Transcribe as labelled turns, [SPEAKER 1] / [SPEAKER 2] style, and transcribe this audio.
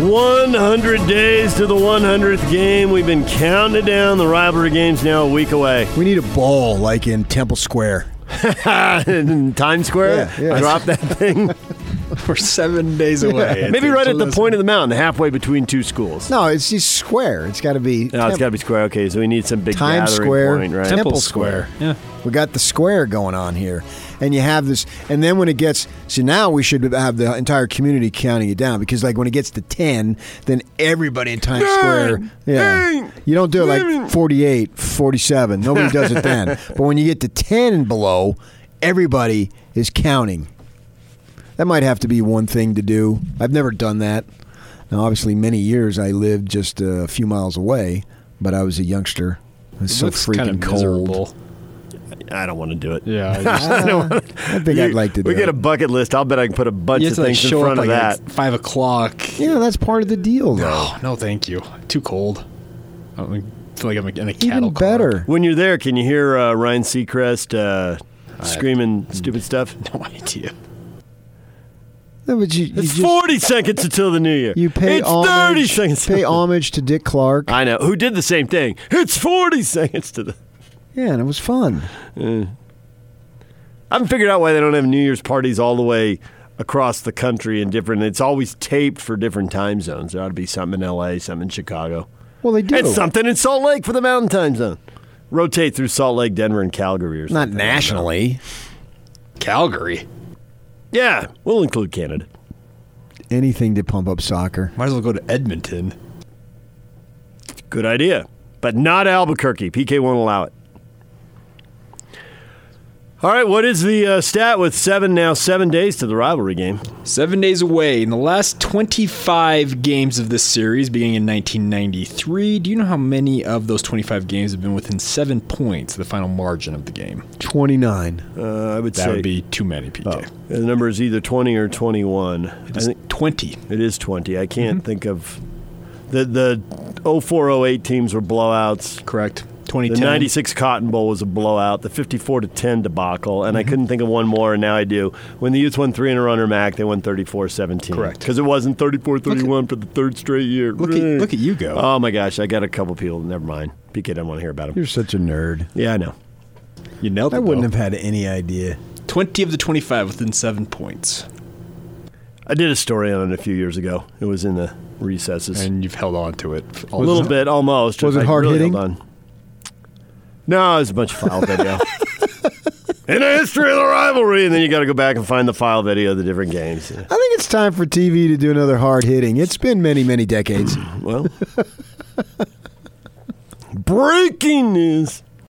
[SPEAKER 1] 100 days to the 100th game. We've been counting down. The rivalry game's now a week away.
[SPEAKER 2] We need a ball like in Temple Square.
[SPEAKER 1] in Times Square,
[SPEAKER 2] Yeah, yeah.
[SPEAKER 1] drop that thing.
[SPEAKER 3] We're seven days away.
[SPEAKER 1] Maybe right at the point of the mountain, halfway between two schools.
[SPEAKER 2] No, it's just square. It's got to be.
[SPEAKER 1] No, it's got to be square. Okay, so we need some big
[SPEAKER 2] Times
[SPEAKER 1] gathering
[SPEAKER 2] Square,
[SPEAKER 1] point, right?
[SPEAKER 2] Temple
[SPEAKER 3] Temple
[SPEAKER 2] Square.
[SPEAKER 3] Square. Yeah.
[SPEAKER 2] We got the square going on here, and you have this. And then when it gets, so now we should have the entire community counting it down because, like, when it gets to ten, then everybody in Times Square, yeah, you don't do it like 48, 47. Nobody does it then. But when you get to ten and below, everybody is counting. That might have to be one thing to do. I've never done that. Now, obviously, many years I lived just a few miles away, but I was a youngster. It was so
[SPEAKER 3] Looks
[SPEAKER 2] freaking
[SPEAKER 3] kind of
[SPEAKER 2] cold.
[SPEAKER 3] miserable.
[SPEAKER 1] I don't want to do it.
[SPEAKER 3] Yeah. I just-
[SPEAKER 2] I think I'd like to do
[SPEAKER 1] we get
[SPEAKER 2] it.
[SPEAKER 1] a bucket list. I'll bet I can put a bunch
[SPEAKER 3] you
[SPEAKER 1] of
[SPEAKER 3] have to like
[SPEAKER 1] things in
[SPEAKER 3] show up
[SPEAKER 1] front of
[SPEAKER 3] like
[SPEAKER 1] that.
[SPEAKER 3] at five o'clock.
[SPEAKER 2] Yeah, that's part of the deal, though.
[SPEAKER 3] Oh no, thank you. Too cold. I don't think- feel like I'm in a cattle.
[SPEAKER 2] Even
[SPEAKER 3] car.
[SPEAKER 2] better.
[SPEAKER 1] When you're there, can you hear uh, Ryan Seacrest uh, screaming stupid stuff?
[SPEAKER 3] No idea.
[SPEAKER 2] No, but you, you
[SPEAKER 1] It's
[SPEAKER 2] just-
[SPEAKER 1] 40 seconds until the new year.
[SPEAKER 2] you pay
[SPEAKER 1] it's 30
[SPEAKER 2] homage,
[SPEAKER 1] seconds.
[SPEAKER 2] pay homage to Dick Clark.
[SPEAKER 1] I know. Who did the same thing? It's 40 seconds to the.
[SPEAKER 2] Yeah, and it was fun.
[SPEAKER 1] I haven't figured out why they don't have New Year's parties all the way across the country and different. It's always taped for different time zones. There ought to be something in LA, something in Chicago,
[SPEAKER 2] Well, they do.
[SPEAKER 1] and something in Salt Lake for the Mountain Time Zone. Rotate through Salt Lake, Denver, and Calgary or something.
[SPEAKER 2] Not nationally.
[SPEAKER 3] Calgary.
[SPEAKER 1] Yeah, we'll include Canada.
[SPEAKER 2] Anything to pump up soccer.
[SPEAKER 3] Might as well go to Edmonton.
[SPEAKER 1] Good idea, but not Albuquerque. PK won't allow it. All right, what is the uh, stat with seven now? Seven days to the rivalry game.
[SPEAKER 3] Seven days away in the last 25 games of this series, beginning in 1993. Do you know how many of those 25 games have been within seven points, of the final margin of the game?
[SPEAKER 2] 29.
[SPEAKER 1] Uh, I would
[SPEAKER 3] That
[SPEAKER 1] say
[SPEAKER 3] would be too many, PK.
[SPEAKER 1] the number is either twenty or twenty-one. I
[SPEAKER 3] It's
[SPEAKER 1] think
[SPEAKER 3] 20.
[SPEAKER 1] It is 20. I can't
[SPEAKER 3] Mm-hmm.
[SPEAKER 1] think of the the 0408 teams were blowouts.
[SPEAKER 3] Correct.
[SPEAKER 1] The
[SPEAKER 3] 2010.
[SPEAKER 1] 96 Cotton Bowl was a blowout. The 54 to 10 debacle,
[SPEAKER 3] Mm-hmm.
[SPEAKER 1] and I couldn't think of one more, and now I do. When the Utes won three in a runner, Mac, they won 34-17.
[SPEAKER 3] Correct.
[SPEAKER 1] because it wasn't 34-31 for the third straight year.
[SPEAKER 3] Look at, look at you go.
[SPEAKER 2] Uh,
[SPEAKER 1] Oh my gosh, I got a couple people. Never mind. PK didn't want to hear about them.
[SPEAKER 2] You're such a nerd.
[SPEAKER 1] Yeah, I know.
[SPEAKER 3] you nailed it.
[SPEAKER 2] I wouldn't
[SPEAKER 3] though.
[SPEAKER 2] have had any idea.
[SPEAKER 3] 20 of the 25 within seven points.
[SPEAKER 1] I did a story on it a few years ago. It was in the recesses.
[SPEAKER 3] And you've held on to it.
[SPEAKER 1] A little bit, almost.
[SPEAKER 2] Was it
[SPEAKER 1] I
[SPEAKER 2] hard
[SPEAKER 1] really
[SPEAKER 2] hitting?
[SPEAKER 1] held on. No, it was a bunch of file video. In the history of the rivalry, and then you got to go back and find the file video of the different games. Yeah.
[SPEAKER 2] I think it's time for TV to do another hard hitting. It's been many, many decades.
[SPEAKER 1] Well, breaking news: